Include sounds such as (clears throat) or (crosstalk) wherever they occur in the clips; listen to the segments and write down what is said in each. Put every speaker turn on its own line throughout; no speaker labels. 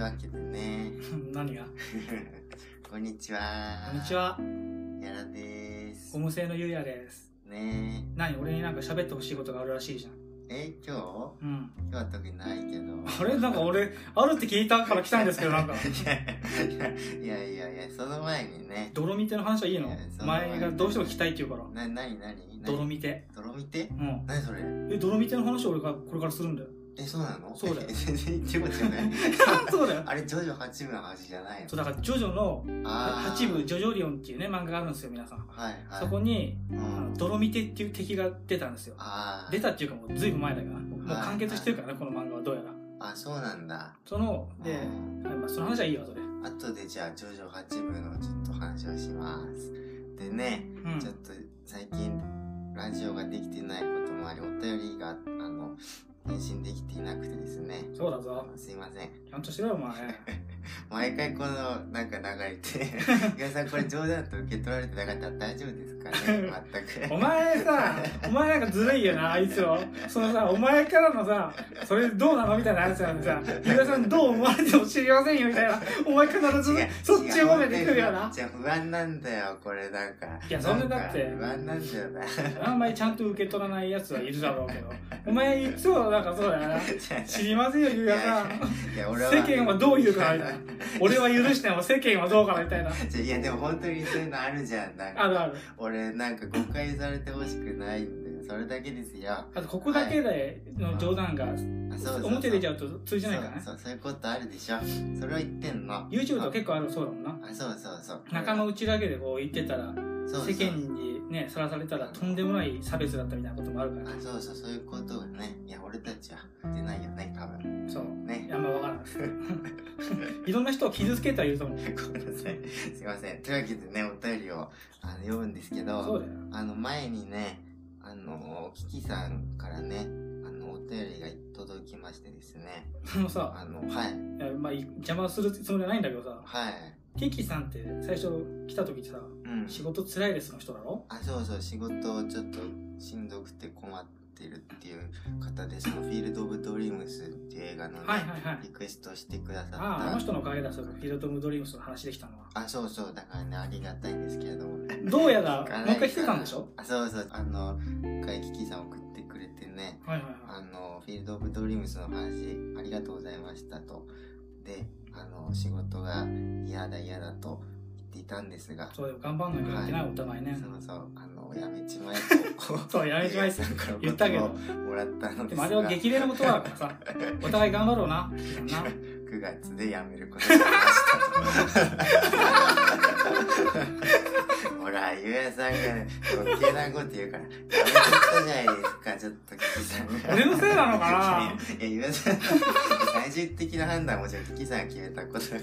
わけでね。 (laughs)
何が
こんにちは。
こんにち。は
やらです
ゴ。ム製のゆうやです
ね
何俺になんか喋ってほしいことがあるらしいじゃん
え。え、今日
うん
今日は特にないけど。
あれなんか俺あるって聞いたから来たんですけどなん
(laughs)
か
いやいやいやいや、その前にね。
泥みての話はいいの
いやそんな
前がどうしても聞きたいって言うから
な、なになに
泥見て
泥見て
うん
何それ
え泥みての話を俺がこれからするんだよ (laughs)
え、そうなの
そうだよ
え (laughs) 全然言ってことじゃない。 (laughs)
そうだよ
あれ、ジョジョ八部の話じゃないの
そうだからジョジョの
あー
八部ジョジョリオンっていうね漫画があるんですよ皆さん
はいはい。
そこに
う
あの
ん。
泥みてっていう敵が出たんですよ
ああ。
出たっていうかもうずいぶん前だからもう
はい
完結してるからねこの漫画はどうやら
あ、そうなんだ。
そので
うん
あまあその話はいいよそれ
後でじゃあジョジョ8部のちょっと話をしますでね、
うん
ちょっと最近ラジオができてないこともありお便りがあの返信できていなくてですね
そうだぞ
すいません
ちゃんとしろよお前
毎回このなんか流れ
(laughs)
て皆さんこれ冗談と受け取られてなかったら大丈夫ですかね全く
お前さお前なんかずるいよなあいつをそのさお前からのさそれどうなのみたいなやつなんでさ「ゆうやさんどう思われても知りませんよ」みたいなお前必ず (laughs) そっち褒めてくるよな
じゃあ不安なんだよこれなんか
いやそんなだって
んか不安なんだよな
あんまりちゃんと受け取らないやつはいるだろうけどお前いつもなんかそうだよな知りませんよゆうやさん
(laughs) いや俺は
世間はどう言うかみたいな俺は許しても世間はどうかみたいない
やでも本当にそういうのあるじゃんなんか
あるある
俺なんか誤解されてほしくないんだよそれだけですよあ
あとここだけでの冗談が
そうそうそう
表出ちゃうと通じないからね
そうそうそういうことあるでしょそれを言ってんのあ
YouTube とか結構あるそうだもんな
そうそうそう
仲間内だけでこう言ってたら
そうそう
世間にねさらされたらとんでもない差別だったみたいなこともあるから
あそうそうそういうことがねいや俺たちは出ないよね多分
そう
ね
あんま (laughs) 分からないいろんな人を傷つけてはいると思う
ごめんなさいすいませんというわけでねお便りをあの読むんですけど
そうだよ
あの前にねあのキキさんからねあのお便りが届きましてですね
あのさ
あのはい
いやまあい邪魔するつもりはないんだけどさ
はい
キキさんって最初来た時ってさ
うん
仕事つらいですの人だろ
あそうそう仕事をちょっとしんどくて困ってるっていう方でその「フィールド・オブ・ドリームス」っていう映画のね、
はいはいはい
リクエストしてくださった
あああの人のおかげだそうかフィールド・ム・ドリームスの話できたのは
あそうそうだからねありがたいんですけれどももう
どう
(laughs)
やらもう一回来てたんでしょ
あそうそうあの一回キキさん送ってくれてね
はいはいは
あのフィールド・オブ・ドリームスの話ありがとうございましたとであの仕事が嫌だ嫌だと言っていたんですが
いそうでも頑張んなきゃいけないお互いね
そうそうあのやめちまえと
そうやめちまえって
さんから
言ったけど
もらったのですが
でもあれは激励の言葉だから
(laughs)
さお互い頑張ろうなみたいな
9月で辞めることになりましたほらゆうやさんがね余計なこと言うからやめちゃったじゃないですかちょっとキキさんが
俺のせいなのか
いやゆうやさん最終的な判断はもちろんキキさんが決めたことだから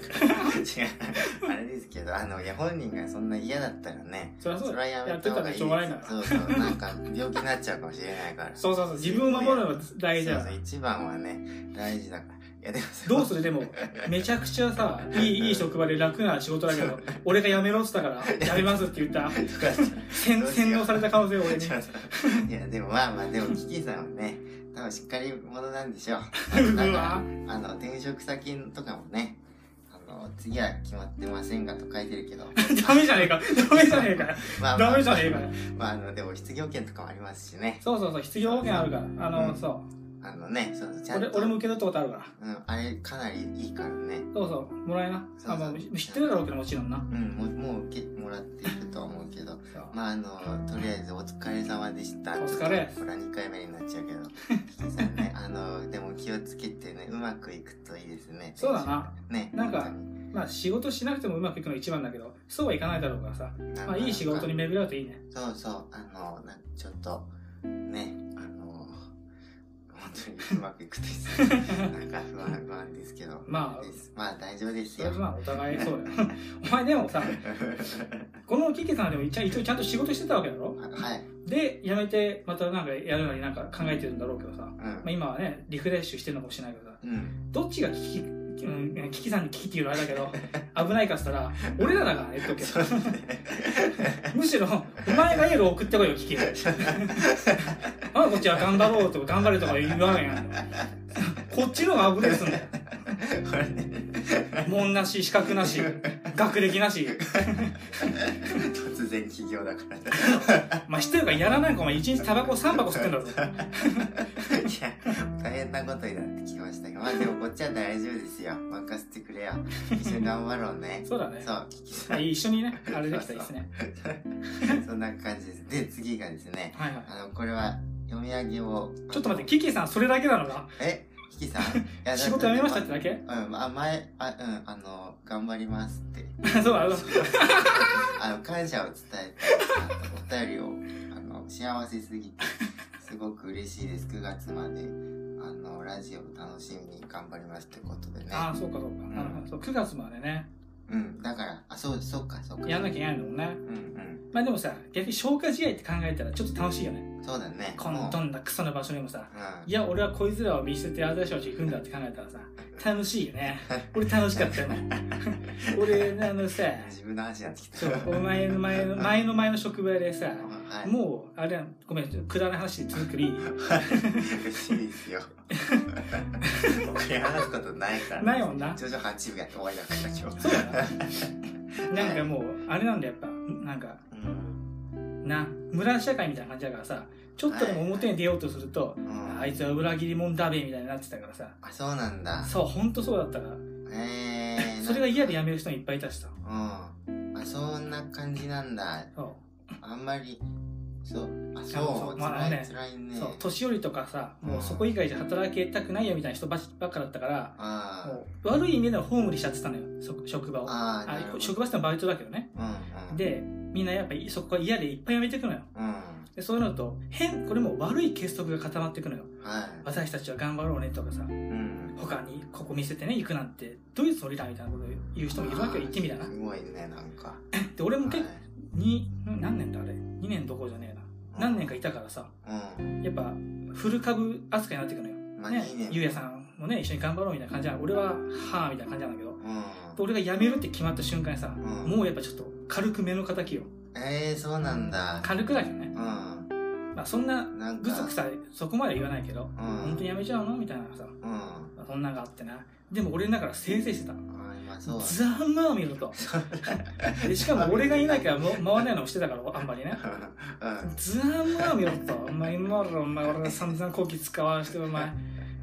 違うあれですけどあのいや本人がそんな嫌だったらね
そりゃそう
そ
だ
れ
よ
はやめた方がいいですよ
やってたらしょ
そうそうなんか病気になっちゃうかもしれないから
そうそうそう自分を守るのが大事だ
そうそう一番はね大事だからいやでもその
どう
(laughs)
するでもめちゃくちゃさいいいい職場で楽な仕事だ
(laughs)
けど俺が辞めろって言ったから辞めますって言った
とか
洗洗脳された可能性俺に
いやでもまあまあでもキキさんはね多分しっかり者なんでしょう
(laughs) う
だ
わ
からあの転職先とかもねあの次は決まってませんがと書いてる
(laughs)
けど
ダメじゃねえかダメじゃねえか
まあまあ
ダメじゃねえか
まああのでも失業権とかもありますしね
そうそうそう失業保険あるからあの、
うん
そう
あのねそうそうちゃん
俺
と
俺も受け取ったことあるから
うん、あれかなりいいからね
そうそうもらえな
そうそう
あ、まあ、知ってるだろうけどもちろんな
うんもうもうけもらっているとは思うけど
そう
まああのとりあえずお疲れ様でした。
お疲れ
ほら2回目になっちゃうけど。キ
(laughs)
キさんね、あのでも気をつけてねうまくいくといいですね。
そうだな。
ね。
なんか
本当に
まあ仕事しなくてもうまくいくのが一番だけどそうはいかないだろうからさ、まあ、いい仕事に。巡り合うといいね
そうそうあのなんかちょっとねあの本当にうまくいくといいですね。なんか不安不安ですけど。
(laughs) まあ
ですまあ大丈夫です
それ
よ
は。まあお互いそうだよ (laughs) お前でもさこのキキさんでも一応一応ちゃんと仕事してたわけだろ
(laughs) はい。
で辞めてまたなんかやるのになんか考えてるんだろうけどさ、ま
うん
あ、。今はねリフレッシュしてるのかもしれないけどさ
うん、
どっちがキキ,、うん、キキさんにキキっていうのはあれだけど (laughs) 危ないかっつったら俺らだからね言っとくけ
そう
ど
ね
むしろお前がエール送ってこいよキキあこっちは頑張ろうとか頑張れとか言わないやんこっちの方が危ないっすんだよ
(laughs) これね
門なし、資格なし、学歴なし。
突然起業だからね
まあ、人よがやらないかも、一日タバコ3箱
(laughs)
吸ってんだぞ。
いや大変なことになってきましたがまあでもこっちは大丈夫ですよ任せてくれよ一緒に頑張ろうね
(laughs) そうだね
そ。うキキさ
は
ん
い、一緒にね、あれできたらいいですね。
(laughs) そんな感じですで次がですね
はいはい。
あのこれは読み上げを
ちょっと待って、キキさんそれだけなのか
えキキさんいやだって
(laughs) 仕事辞めましたってだけ
うん、あ、前、あ、うん、あの、頑張りますって。
(laughs) そうだ、
あの、感謝を伝えて、あのお便りを、あの、幸せすぎて、すごく嬉しいです。9月まで、あの、ラジオを楽しみに頑張りますってことでね。
ああ、そうかそうか。なるほど。そう、9月までね、
うん、だから、あ、そう、そうか、そうか。
やんなきゃいけないのもんね。
うんうん。
まあでもさ、逆に消化試合って考えたらちょっと楽しいよね。
そうだね。
こ
も
の
う
どんなクソな場所にもさ。
うん
いや、俺はこいつらを見捨ててあたしたち行くんだって考えたらさ、楽しいよ
(laughs)
ね。俺楽しかったよね。俺、あのさ、
自分の話になってきた。
そう、お前の前の、前の前の職場でさ、
はい。う、
もう、あれやん、ごめん、ちょっとくだらない話で続 (laughs) くり、
嬉しいですよ。僕に話すことないから。
ないもんな
徐々8部やって終わりだから、今日。
そうだな。なんかもう、あれなんだよやっぱ、なんか、
うん。
な、村社会みたいな感じだからさ、ちょっとでも表に出ようとすると、
うん
あいつは裏切り者だべ、みたいになってたからさ、
あ、そうなんだ。
そう、ほんとそうだったから、
えー、
それが嫌で辞める人もいっぱいいたしさ、
うん。あ、そんな感じなんだ。
そ
あんまり、そう、あ、
あそ
そうう、
まあ
辛
ね、
い、辛いうね。
そう、年寄りとかさ、もううんそこ以外じゃ働けたくないよみたいな人ばっかだったから、
あ
もう悪い意味ではホームにしちゃってたのよ、そ職場
あ、
を。
ああ、
あ
なるほど
職場ってのはバイトだけどね。
うん、うん。、
で、みんなやっぱりそこが嫌でいっぱい辞めていくのよ。
うん。
で、そうなると、変、これもう悪い結束が固まっていくのよ。
はい。
私たちは頑張ろうねとかさ、
うん。
他にここ見せてね、行くなんて、どういうつもりだみたいなことを言う人もいるわけよ、行ってみたら
あー。すごいね、なんか。
で、俺も
はい
結構、に、ん何年だあれ ?2 年どころじゃねえな。何年かいたからさ、
うん。
やっぱ、フル株扱いになっていくのよ。
まあ、
ね
いいね。、
ゆうやさんもね、一緒に頑張ろうみたいな感じなの。俺は、はぁ、みたいな感じなんだけど。
う
で俺が辞めるって決まった瞬間にさ、
ん。
もうやっぱちょっと、軽く目の敵よ。
うん。えー、そうなんだ。
軽くだけどね。
うん。
まあそんな、
なんか。
ぐつくさ、そこまで言わないけど、
うん。
本当にやめちゃうのみたいなさ、
うん。あ
そんなんがあってな。でも俺だからせいせいしてた。
ー、まあ、そう。
ざまあ見ろと。でしかも俺がいないからも回らないのもしてたから、あんまりね。
うん。
ざまあ見ろと。お前今頃、お前俺が散々後期使わして、お前、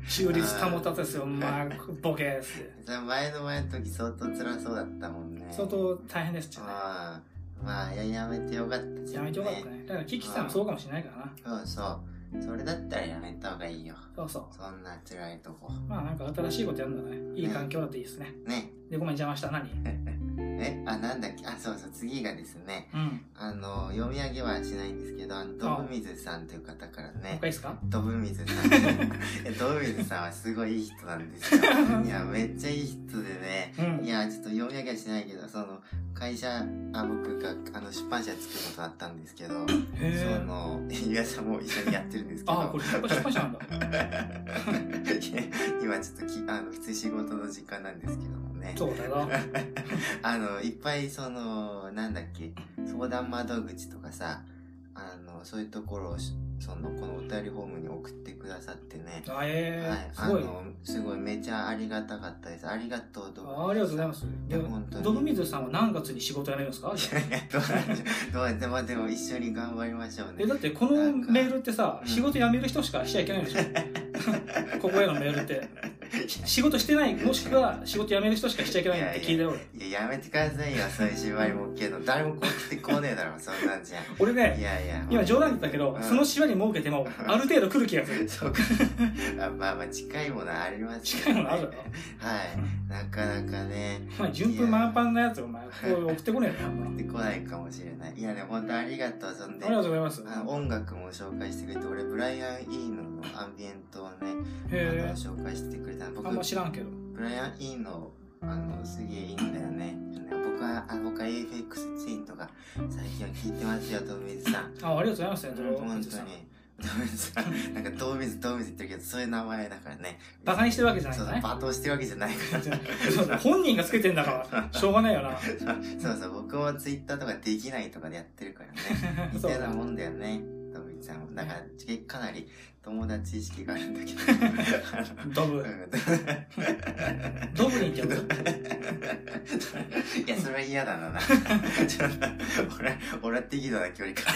中立保たせすよ、お前、ボケーっつって。
じゃあ前の前の時相当辛そうだったもんね。
相当大変ですってね。
ああまあいややめてよかったじ
や
ゃん、
め
ね、
てよかったね。だからキキさんもそうかもしれないからな。
そうそうそれだったらやめた方がいいよ
そうそう。
そんな辛いとこ
まあなんか新しいことやるんだね。いい環境だといいですね。
ね
で、ごめん邪魔した。何
えあなんだっけあそうそう次がですね
うん。も
あの読み上げはしないんですけどあのドブ水さんという方から
う
ね
一回いいですか
ドブ水さん
(laughs)
えドブ水さんはすごいいい人なんですよいやめっちゃいい人でね
うん
いや、ちょっと読み上げはしないけど、その、会社、あ、僕が、あの、出版社作ることあったんですけど、そ
へー
の、ゆやさんも一緒にやってるんですけど、
ああ、これやっぱ出版社なんだ。
(laughs) 今ちょっとき、あの、普通仕事の時間なんですけどもね、
そうだよ。
あの、いっぱい、その、なんだっけ、相談窓口とかさ、あの、そういうところをし、その、このお便りフォームに送ってくださってね、
あえ
はい
ー、、す
あ
ごい。
の、すごい、めちゃありがたかったです。ありがとう、ど
あありがとうございます。で
や本当に
ドブミズさんは何月に仕事辞めるんですか
いやいや (laughs) どうなんでしょうどうなんでしょうまあでも一緒に頑張りましょうね
え、だってこのメールってさ、
うん
仕事辞める人しかしちゃいけない
(laughs)
んでしょここへのメールって。仕事してない、もしくは仕事辞める人しかしちゃいけないんだって聞いたよ。
いややめてくださいよそういう縛りもけど誰もこう来てこねえだろそんなんじゃ
俺俺
い
ね、
やいや
今冗談言ったけど、その縛り設けても、ある程度来る気がする。
そうかあまあまあ近いものはあります
近いものあるだろ
はいなかなかね
お前、順風満帆なやつ、お前、こう送ってこねえよな。
来てこないかもしれないいやね本当ありがとうそんで
ありがとうございます。
あの音楽も紹介してくれて俺ブライアン・イーノのアンビエントをね、
へ
あの紹介してくれたの
ー
僕
あんま知らんけど。
ブライアン・イーのあのすげえいいんだよね僕はあ僕は AFX ツインとか最近は聞いてますよトミズさん
あ、ありがとうございますね、ド
本
ブ
当
ミ
に
ズ
ト
さん。
ミズさん (laughs) なんかトミズトミズ言ってるけどそういう名前だからね
バカにしてるわけじゃない
そ
ん
う
だ
そう
ね。
罵倒してるわけじゃないから (laughs)
そうだ本人がつけてんだから、しょうがないよな。
そうそう僕もツイッターとかできないとかでやってるからね似
(laughs) そ
た
う
よう
だ
なもんだよねトぶりさん。だから、ちかなり友達意識があるんだ
(laughs)
けど。 (laughs)
ド
う
ブ。
ん
ドブに行っちゃうぞ。 (laughs)
いや、それは嫌だな。なんかちょっと、俺、俺は適度な距離か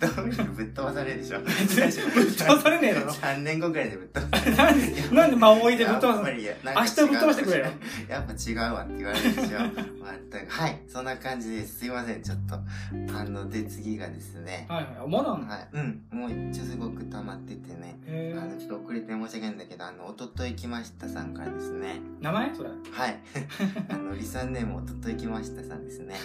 ら。どうにかぶっ飛ばされるでしょ。ぶっ
ぶっ飛ばされねえだろ
3年後くらいでぶっ飛ばされ
なんで、なんで魔王いでぶっ飛ば
やっ
すの
ぱりやなんか
明日ぶっ飛ばしてくれよ。
やっぱ違うわって言われるでしょ。まったく。はい、そんな感じです。すいません、ちょっと。あの、で、次がですね。
はいはい。まだあんの
はい。うん。もう一応すごく溜まっててね。あ
へ
の、ちょっと遅れて申し訳ないんだけど、あの、おととい来ましたさんからですね。
ー名前それ。
はい。 (laughs) あの、リサネームおととい来ましたさんですね。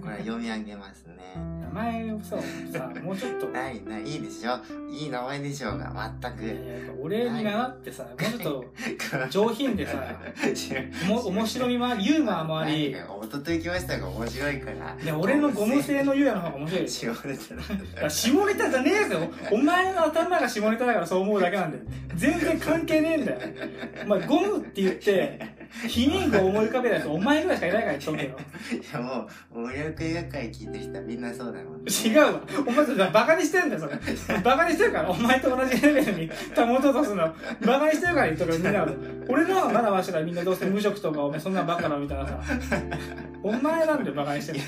これは読み上げますね。
名前をさ、さもうちょっと。
ないない、いいでしょいい名前でしょうが、まったく。
いやいや俺に習っ
(laughs)
てさ、もうちょっと上品でさ、
違う
おも面白みもあり、ユーモアもあり、
何がおととい来ましたが面白いから。
で俺のゴム製のユーモアの方が面白いよ。
違うです
いや下ネタじゃねえぞお前の頭が下ネタだからそう思うだけなんだよ全然関係ねえんだよお前ゴムって言って避妊具を思い浮かべたやつお前ぐらいしかいないから言っとくけど
いやもう、無力映画界聞いてる人はみんなそうだもんね。
違うわお前それバカにしてんだよそれバカにしてるからお前と同じレベルに保とうとするのバカにしてるから言っとくけどみんなは俺のはまだましだからみんなどうせ無職とかお前そんなバカだみたいなさお前なんでバカにしてんの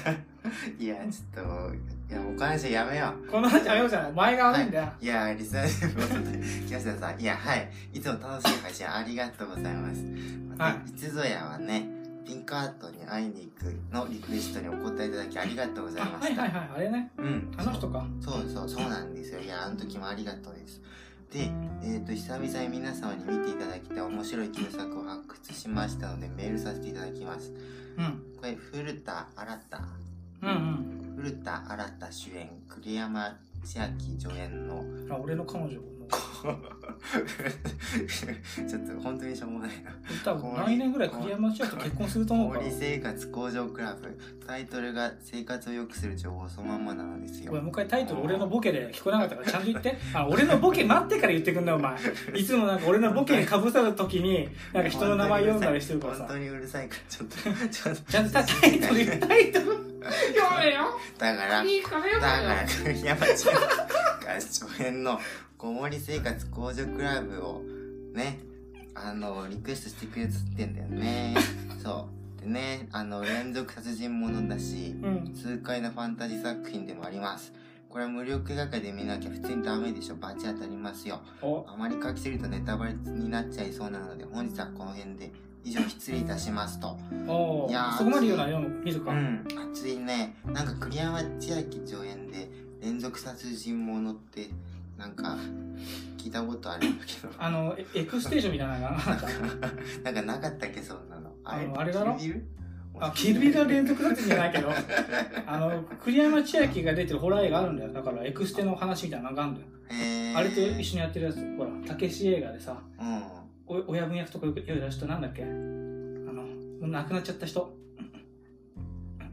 いや、ちょっと、いや、お話やめよう。
この話はようじゃないお前が悪いんだよ
いや、リサーチ (laughs) 木下さん、いや、はい。いつも楽しい配信ありがとうございます。ま
は
た、いつぞやはね、ピンクアートに会いに行くのリクエストにお答えいただきありがとうござい
あ
ま
はい
し
はい
た。
はいあれね
うん。
あの人か
そうそう、そうなんですよ。いや、あの時もありがとうです。で、えっ、と、久々に皆様に見ていただきたい面白い旧作を発掘しましたので、メールさせていただきます。
うん
これ、古田新太。
うんうん
古田新太主演、栗山千明助演の、
あ俺の彼女の
(laughs) ちょっと本当にしょうもないな。
多分来年ぐらい栗山千明と結婚すると思うか
氷
ら
生活向上クラブ。タイトルが生活を良くする情報そのまんまなのです
ごめん
よ。
もう一回タイトル俺のボケで聞こえなかったからちゃんと言ってあ俺のボケ待ってから言ってくんだよお前いつもなんか俺のボケにかぶさる時になんか人の名前読んだりしてるから
本
さ
当にうるさいから、ちょっ
(laughs)
と、ちょっと。
ちゃんとタイトル言タイトル読めよ
だから、
いいから
だ
読
か
め
ら
よ、
栗山ちゃんが初演のこもり生活向上クラブをね、あの、リクエストしてくれつってんだよ
(laughs)
ね。そう。でね、あの、連続殺人ものだし、
うん
痛快なファンタジー作品でもあります。これは無力画家で見なきゃ普通にダメでしょ。バチ当たりますよ。
お
あまり書きすぎるとネタバレになっちゃいそうなので、本日はこの辺で以上失礼いたしますと。
お
いやー
そこまで言うなら読む見る
う
か、
ん、熱いね。なんか栗山千明上演で連続殺人ものって、なんか聞いたことあるんだけど。
あのエエクステーションみたいなのがなか (laughs) っ
な
た
んかなかったっけ、そんなの。あれ
あのあれだろ
キルビル
あキルビルは連続殺人じゃないけどあの栗山千明が出てるホラー映画あるんだよだからエクステの話みたいなのがあるんだよ
えー、
あれと一緒にやってるやつ、ほら、たけし映画でさ、
うん。
お親分役とかよくやる人なんだっけあの、もう亡くなっちゃった人。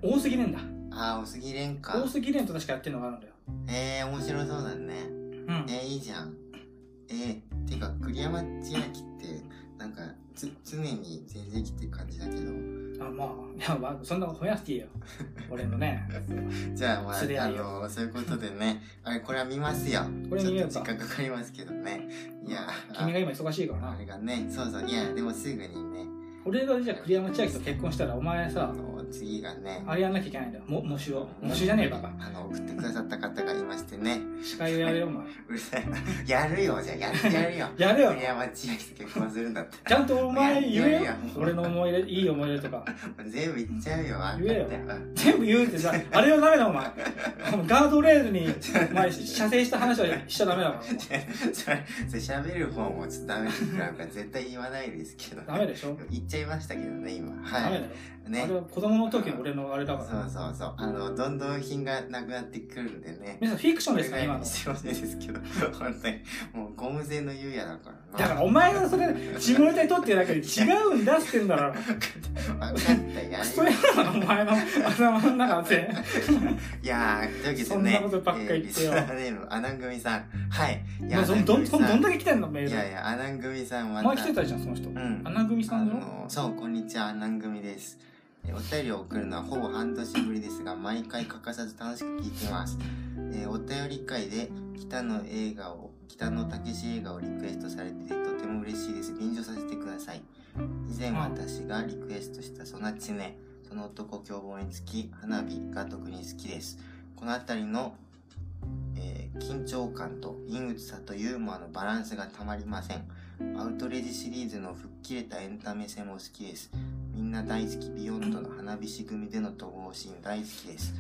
大杉蓮だ。
あー、おすぎれんか。
大杉蓮と確かやってるのがあるんだよ。
えー、面白そうだね。
うん。
えー、いいじゃん。えー、てか、栗山千明って、なんか、つ、常に全然来てる感じだけ
(laughs)
ど。
あ、まあ、いや、まあ、そんなこと褒めなくてい
(laughs)
いよ。俺のね。
じゃあ、まあ、
それ
あ
やるよ
の、そういうことで
(laughs)
ね、あれ、これは見ますよ。
これ
ち
見
ょっ
れ
と
ば
時間かかりますけどね。いや、
君が今忙しいから
ああ
な。
れがね、そうそう、いや、でもすぐにね、
俺がじゃあ栗山千明と結婚したら、お前
あ
さ、
の、次がね、
あれやんなきゃいけないんだよ。も、模試を。模試じゃねえよ、バカ。
あの、送ってくださった方がいまして
(laughs)
ね、
司会をやれよ、お前。
うるさいな。やるよ、じゃあ、やる、 (laughs) やるよ。
やれよ
栗。山千明と結婚するんだった
ちゃんとお前言
いやい
えよ
や。
俺の思い出、いい思い出とか。
ら、全部言っちゃうよ、あん
言
(laughs)
えよ
たって。
全部言うってさ、あれはダメだ
(laughs)
お前。ガードレールに、お前、射精した話はしちゃダメだから。
それ、それ喋る方もちょっとダメなんから絶対言わないですけど、
ダメでしょ
言っちゃいましたけどね、今。
ダ
は
メだ
い。
よ。あ
ね
れ。は子供の時の俺のあれだ
そ
から。
うそうそう。あの、どんどん品がなくなってくるんでね。
皆さんフィクションですから、今の。
すいませんですけど、 (laughs) 本当に。もうゴム製の優也だからな。
だからお
(laughs)
前がそれ、下ネタにとってるだけで違うんだっつってんだから。
ら、分かった、やる
クソやな、お前の頭の中で。
いやー、というわけでね。
そんなことばっか言って
えー
よ
リスナーネーム、アナン組さん。はい。い
お前そのどんどんどん
ん
だけ来てんの、メ
い
ー
や
ル。
いや、アナン組さんま
お
た。
前来てたじゃん、その人
う。ん。
穴組さん
あ
の
のそうこんにちは南組ですえーお便りを送るのはほぼ半年ぶりですが、毎回欠かさず楽しく聞いてます。えーお便り会で北の映画を、北野武史映画をリクエストされてとても嬉しいです。便乗させてください。以前私がリクエストしたソナチネ、その男凶暴につき、花火が特に好きです。この辺りの、えー緊張感と陰鬱さとユーモアのバランスがたまりません。アウトレジシリーズの吹っ切れたエンタメ性も好きです。みんな大好きビヨンドの花火仕組みでの統合シーン大好きです。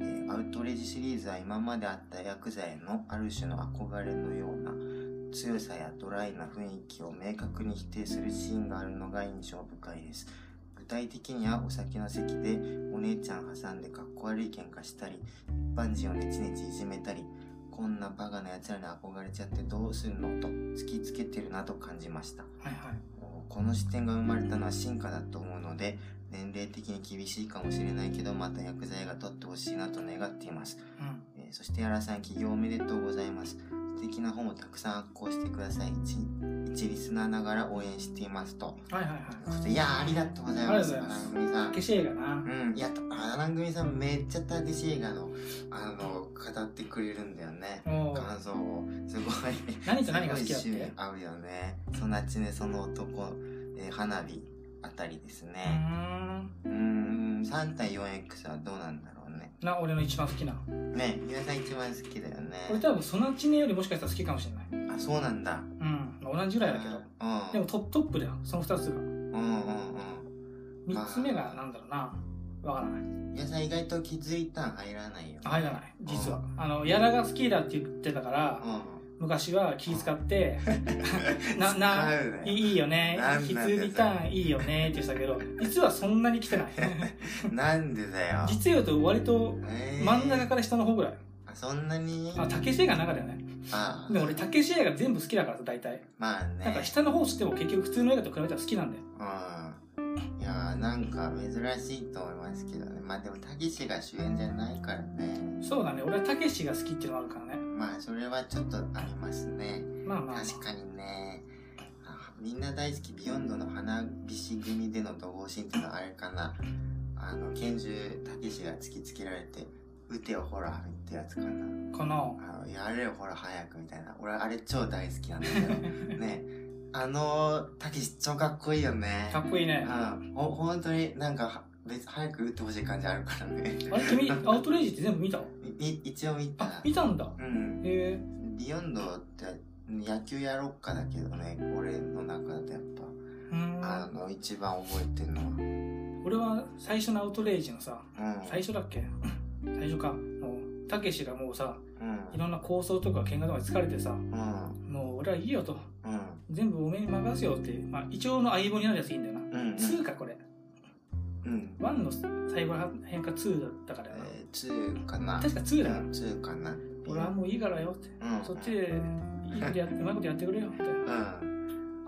えーアウトレジシリーズは今まであったヤクザへのある種の憧れのような強さやドライな雰囲気を明確に否定するシーンがあるのが印象深いです。具体的にはお酒の席でお姉ちゃん挟んでかっこ悪い喧嘩したり、一般人をネチネチいじめたり、こんなバカな奴らに憧れちゃってどうするのと突きつけてるなと感じました。
はいはい。
この視点が生まれたのは進化だと思うので年齢的に厳しいかもしれないけどまた薬剤が取ってほしいなと願っています、
うん。
えーそして原さん起業おめでとうございます素敵な本をたくさん発行してください一一リスナーながら応援していますと
はいはいはい。
いやーありがとうございます
ありがとうございます
花組さん
消し映画な。
うん、いや、花組さんめっちゃタデシ映画の、あの、語ってくれるんだよね。
おう
感想を。すごい。
何と何が好きだ
(laughs)
っ
すごい趣
け
味合うよね。そなちね、その男、えー花火あたりです
う
ね。
ーん。
うーん、3対 4X はどうなんだろうね。
な、俺の一番好きな。
ね、皆さん一番好きだよね。
俺多分、ソナチネよりもしかしたら好きかもしれない。
あ、そうなんだ。
うん。まあ同じぐらいだけ
う
ど。
ん。
でもトップトップだよ、その二つが。
うんうん
三つ目がなんだろうな。わからない。
うん。皆さん意外と気づいたん入らないよ。
入らない、実は。あの、やらが好きだって言ってたから、昔は気
(laughs)
使って、
うん。
な、な、
使うね
いいよね
なんな。ん
キ
だ
ツリターンいいよねって言ってたけど、実はそんなに来
(laughs)
てない。
なんでだよ。
実用と割と
えー
真ん中から下の方ぐらい。
あそんなに
あ、竹志映画の中だよね。
あ
でも俺、竹志映画全部好きだからさ、大体。
まあね
なんか下の方しても結局普通の映画と比べたら好きなんだよ。
うんいやーなんか珍しいと思いますけどねまあでもたけしが主演じゃないからね
そうだね、俺は竹志が好きっていうのもあるからね。
まあそれはちょっとありますね
まあまあまあ。
確かにねあみんな大好きビヨンドの花火師組での統合シーンっていうのはあれかなあの拳銃たけしが突きつけられて撃てよほらってやつかな
この、
あのやれよほら早くみたいな俺あれ超大好きなんだ
(laughs)
けどねあのたけし超かっこいいよね
かっこいいね。
うんほ本当になんかは別早く打ってほしい感じあるからね (laughs)
あれ君、アウトレイジって全部見た
い一応見
あ
た、
見たんだ。
うん
へ
ビヨンドって野球やろっかだけどね俺の中だとやっ
え。う
ぱあ
ん。
の一番覚えてるのは
俺は最初のアウトレイジのさ、
うん
最初だっけ (laughs) 最初か。もう、たけしがもうさ、
うん
いろんな構想とか喧嘩とかに疲れてさ、
うん
もう俺はいいよと。
うん
全部おめえに任せようって、まあ、一応の相棒になるやついいんだよな。
うん
2かこれ。
うん
1の最後ら辺か2だったからよな。
えー、2かな
確か2だよ
うん。2かな
俺はもういいからよって。
うん
そっちで、いいことやって、うまいことやってくれよ、みたいな。
うん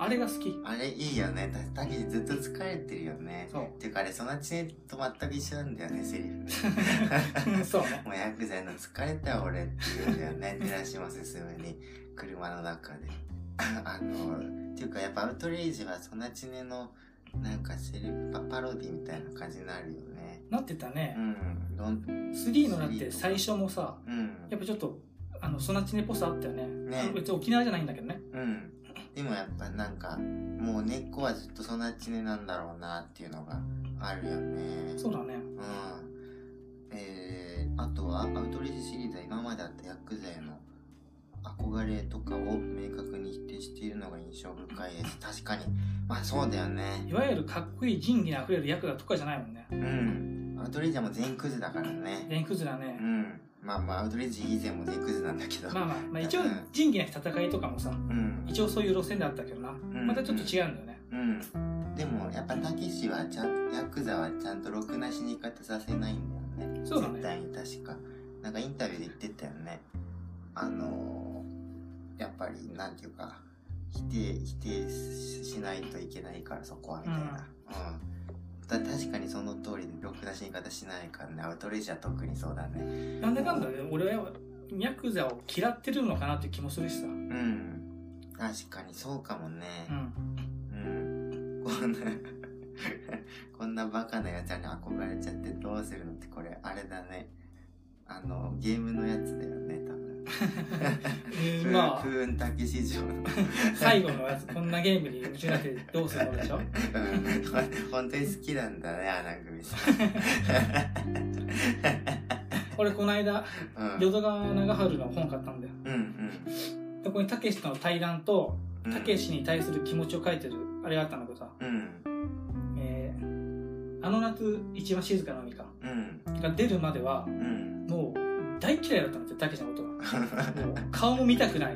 あれが好き。
あれいいよねたたけしずっと疲れてるよね (laughs)
そう。
っていうかあれその知恵と全く一緒なんだよねセリフ
(laughs)
ね
うんそうね。
もう薬剤の疲れた俺っていうんだよね寺島進に車の中であのっていうかやっぱアウトレイジはそんなちねのなんかセリフパパロディみたいな感じになるよね
なってたね
う。んどん
3のだって最初もさ、
うん
やっぱちょっと、あの、ソナチネっぽさあったよね。
ね
別に沖縄じゃないんだけどね。
うんでもやっぱなんかもう根っこはずっとそんなちねなんだろうなっていうのがあるよね
そうだね。
うん。えー、あとはアウトレジシリーズは今まであった薬剤の憧れとかを明確に否定しているのが印象深いです。確かに。まあそうだよね
い。わゆるかっこいい仁義にあふれる役だとかじゃないもんね
う。ん。アウトレジはもう全クズだからね。
全クズだ
う
ね。
ん。まあまあアウトレジ以前も全クズなんだけど。
まあまあ、まあ、一応
うん
仁義なき戦いとかもさ、
うん。
一応そういう路線であったけどな。
ん
またちょっと違うんだよね。
うん。でもやっぱたけしはちゃん、ヤクザはちゃんとろくな死に方させないんだよね。
そうだね
絶対に確か。なんかインタビューで言ってたよね。あのー、やっぱりなんていうか、否定、否定ししないといけないからそこはみたいな。うん。だ確かにその通りでろくな死に方しないからね。アウトレジャー特にそうだね。
なんだかんだで、俺はヤクザを嫌ってるのかなって気もするしさ。うん。
うん。確かにそうかもね。うん。こんな (laughs) こんなバカなやつらに憧れちゃってどうするのってこれあれだねあのゲームのやつだよね多
(laughs)
分プ
うんま
ー
あ
プーン竹市場の
最後のやつこんなゲームに夢中になってどうするのでしょ
うん (laughs) 本当に好きなんだね穴組さ
俺この間
んうん
淀川長春の本買ったんだよ
うんうん
そこにたけしとの対談と
うん
たけしに対する気持ちを書いてるあれがあったんだけどさ、
うん
えーあの夏一番静かな海か
うん
が出るまでは
うん
もう大嫌いだったんですよたけしのことが (laughs) もう顔も見たくない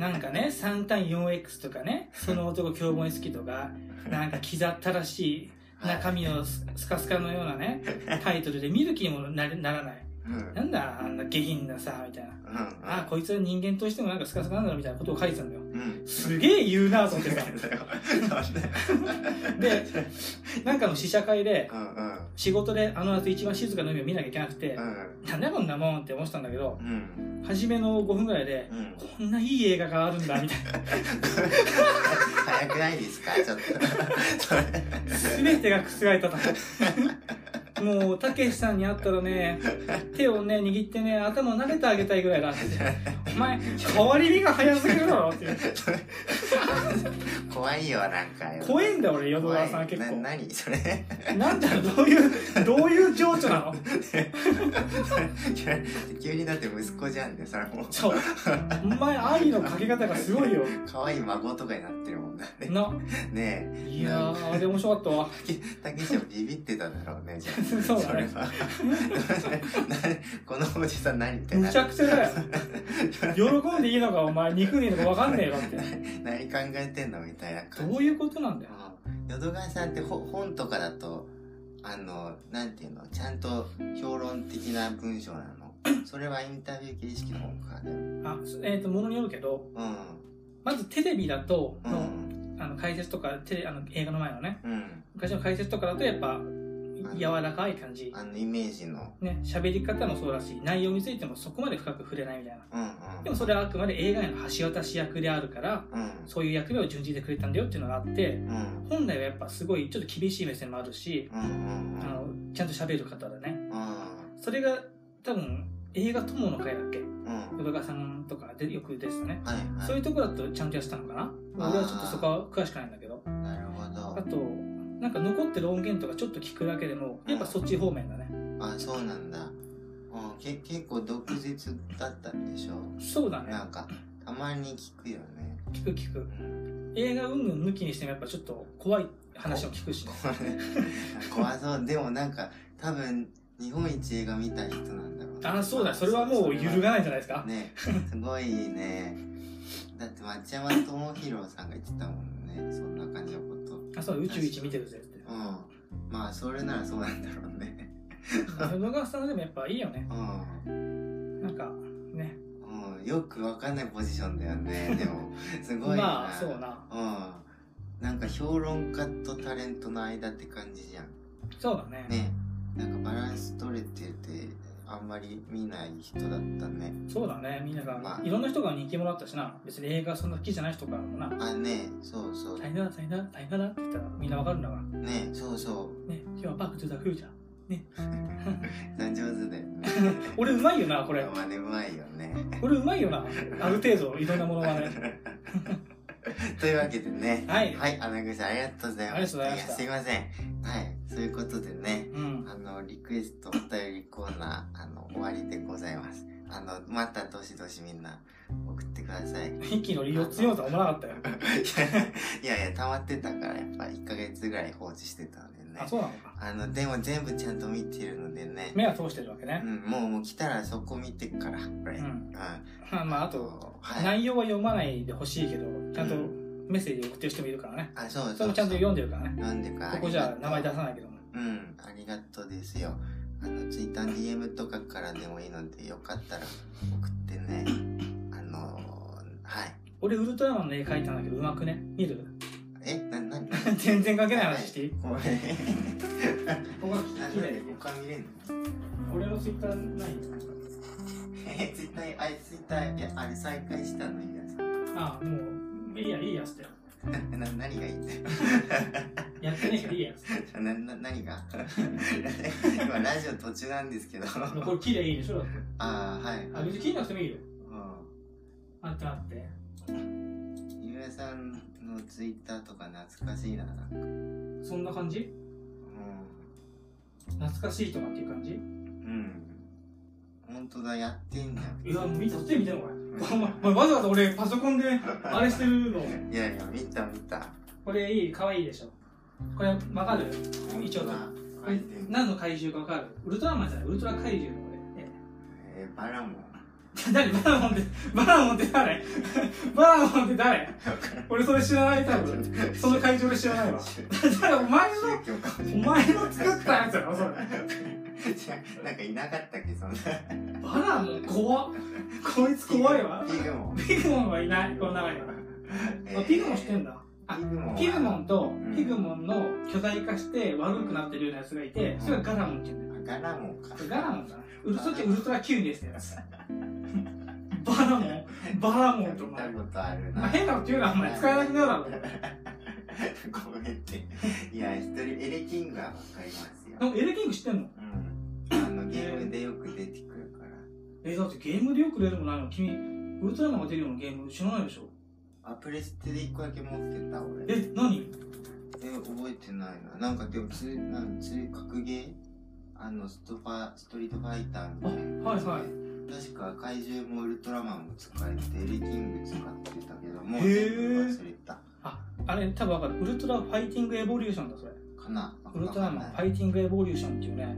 なんかね3対 4X とかねその男凶暴に好きとかなんかキザったらしい中身をススカスカのようなねタイトルで見る気にもなれならない
うんうん
なんだあんな下品なさみたいな
うん
あこいつは人間としてもなんかスカスカなんだろみたいなことを書いてたんだよ
うん
すげえ言うなと
そ
思
う
ってさ
だよそうだよ
でなんかの試写会で
うんうん
仕事であの夏一番静かな海を見なきゃいけなくて
うん
なんだこんなもんって思ってたんだけど
うん
初めの5分ぐらいで
うん
こんないい映画があるんだみたいな
早くないですかちょっと (laughs) それ
全てが覆ったと
(laughs)
もうたけしさんに会ったらね手をね握ってね頭を撫でてあげたいぐらいだってお前変わり身が早すぎるだろっていう
それ怖いよなんか
怖いんだよ俺淀川さん
怖い
結構
な何 (laughs) それ
なんだろうどういうどういう情緒なの
急にだって息子じゃんねそれもう
そうお前愛のかけ方がすごいよ
可愛い孫とかになってるもんだね (laughs)
な
ねえ
いやーあれ面白かったわ
たけしはビビってたんだろうねじゃあ
(laughs) そうだね
れは (laughs) このおじさん何みたい
む
な
ちゃくちゃだよ喜んでいいのかお前憎んでいいのか分かんねえよって
何考えてんのみたいな感じ
どういうことなんだよ
うん淀川さんってほ本とかだとあのなんていうのちゃんと評論的な文章なのそれはインタビュー形式の本かでも
あえっ、とものによるけど
うん
まずテレビだと
う
の、
ん
あの解説とかテレあの映画の前のね
うん
昔の解説とかだとやっぱ柔らかい感じ
あのイメージの
ね喋り方もそうだし内容についてもそこまで深く触れないみたいな
うんうん
でもそれはあくまで映画への橋渡し役であるから
うん
そういう役目を準じてくれたんだよっていうのがあって
うん
本来はやっぱすごいちょっと厳しい目線もあるし
うんうん
あのちゃんと喋る方だね
うん
それが多分映画友の会だっけ
うんうん
淀川さんとかでよくですね
はいはい
そういうところだとちゃんとやってたのかな
あー
俺はちょっとそこは詳しくないんだけど
なるほ
あ
ど
となんか残ってる音源とかちょっと聞くだけでもやっぱそっち方面だね
あそうなんだ、うん、け結構毒舌だったんでしょ
そうだね
なんかたまに聞くよね、
聞く聞く
うん
映画云々抜きにしてもやっぱちょっと怖い話を聞くしね
怖そうでもなんか多分日本一映画見た人なんだろうな
あそうだそれはもう揺るがないんじゃないですか
ねすごいねだって町山智博さんが言ってたもんねそんな感じのこと
あそう宇宙一見てるぜって
うんまあそれならそうなんだろうね
(laughs) 野川さんはでもやっぱいいよね
うん
なんかね
うんよくわかんないポジションだよ
(laughs)
ねでもすごいな
まあそうな
うんなんか評論家とタレントの間って感じじゃん
そうだね
ねなんかバランス取れててあんまり見ない人だったね
そうだねみんなが、
まあ
いろんな人が人気者だったしな別に映画そんな好きじゃない人からもな
あねそうそう
大変だ大変だ大変だなって言ったらみんなわかるんだからね
ねそうそう
今日はバックトゥザフューチャ
上
ー
手だよね
(laughs) 俺うまいよなこれ
まあねうまいよね
俺うまいよなある程度いろんなものがね
(laughs) というわけでね
はい
はい穴口さんありがとうございました
ありがとうございました
やすいませんはいそういうことでね
うん
あのリクエストお便りコーナーあの終わりでございますあのまたどしどしみんな送ってください (laughs)
一気の利用強いとは思わなかったよ
いやいや溜まってたからやっぱ1ヶ月ぐらい放置してたのでね
あそうなのか
あのでも全部ちゃんと見てるのでね、
目は通してるわけ
う
ね
ん、もうもう来たらそこ見てっからこれ、
う
うん
んまああと
はい
内容は読まないでほしいけどちゃんと
うん
メッセージ送ってる人もいるからね
あそう
それもちゃんと読んでるからね
読んでから
ここじゃ名前出
す
さないけども
うんありがとうですよあのツイッター DM とかからでもいいのでよかったら送って
(laughs)
ねあのはい
俺ウルトラマンの絵描いたんだけどうまくね見る
えななに
(laughs) 全然関係ない話していい
(laughs) ごめん
ここが
あ
綺麗
で他見れんの
俺のツイッターない
え (laughs) ツイッターあれツイッターいやあれ再開したの (laughs) 皆さん
ああもういいやいいやつだよ
な何がいいって
やってないからいいや。
(laughs) な、な、何が (laughs) 今ラジオ途中なんですけ
(laughs)
ど。
あのこれ切りゃいいでしょだって
ああ、はい。
あ、
はい
別に切りなくてもいいよ。
う
あってあって。
ん。井上さんのツイッターとか懐かしいな。なんか
そんな感じ
う
懐かしいとかっていう感じ
ん。うん。本当だ、やってんじゃん。
いや、もう見た、撮ってみたのこれ。お前、お前わざわざ俺パソコンであれしてるの。
いやいや、見た見た。
これいい、可愛いでしょ。これ、わかる一応
な
な。
書いてる。
何の怪獣かわかるウルトラマンじゃない、ウルトラ怪獣のこれ。ね
えー、バラモン。
誰バラモンって、バラモンって誰バラモンって誰俺それ知らない多 (laughs) 分。その会場で知らないわ。だからお前の、
宗教かもし
お
れない
前の作ったやつやろ、そ
違
れ。
うなんかいなかったっけ、そんな。
バラモン怖っ。こいつ怖いわ。
ピグモン。
ピグモンはいない、この中には。
え
あ
ー
ピグモン知ってんだ。あ
ピグモンは。
ピグモンと
ん
ピグモンの巨大化して悪くなってるようなやつがいて、それがガラモンって言うんだよ。
あガラモンか。
ガラモンかな。ウルそっちウルトラ Q ですやつ。バラモン、バラモンと
見
お
た
前。
ことある
まあ
な。
変なこと言うな、お前。使えなくなるだろ。
ごめんって。いや、一人、エレキングはわかりますよ。
なんかエレキング知ってんの
うん。あの、ゲームでよく出てくるから。
え、だってゲームでよく出るもんないの君、ウルトラマンが出るようなゲーム知らないでしょ
あ、プレステで一個だけ持ってた、俺。え、
え、何
覚えてないな。なんか、でも、つ、なん、つ、格ゲーあの、ストファ、ストリートファイターみたいな。
あはいはい
確か、怪獣もウルトラマンも使えて、エレキング使ってたけど、もう
へ
全
ー
部忘れた。
あれ、多分わかる。ウルトラファイティングエボリューションだ、それ。
かな。
ウルトラマン
わ
フ
かんない
ァイティングエボリューションっていうね、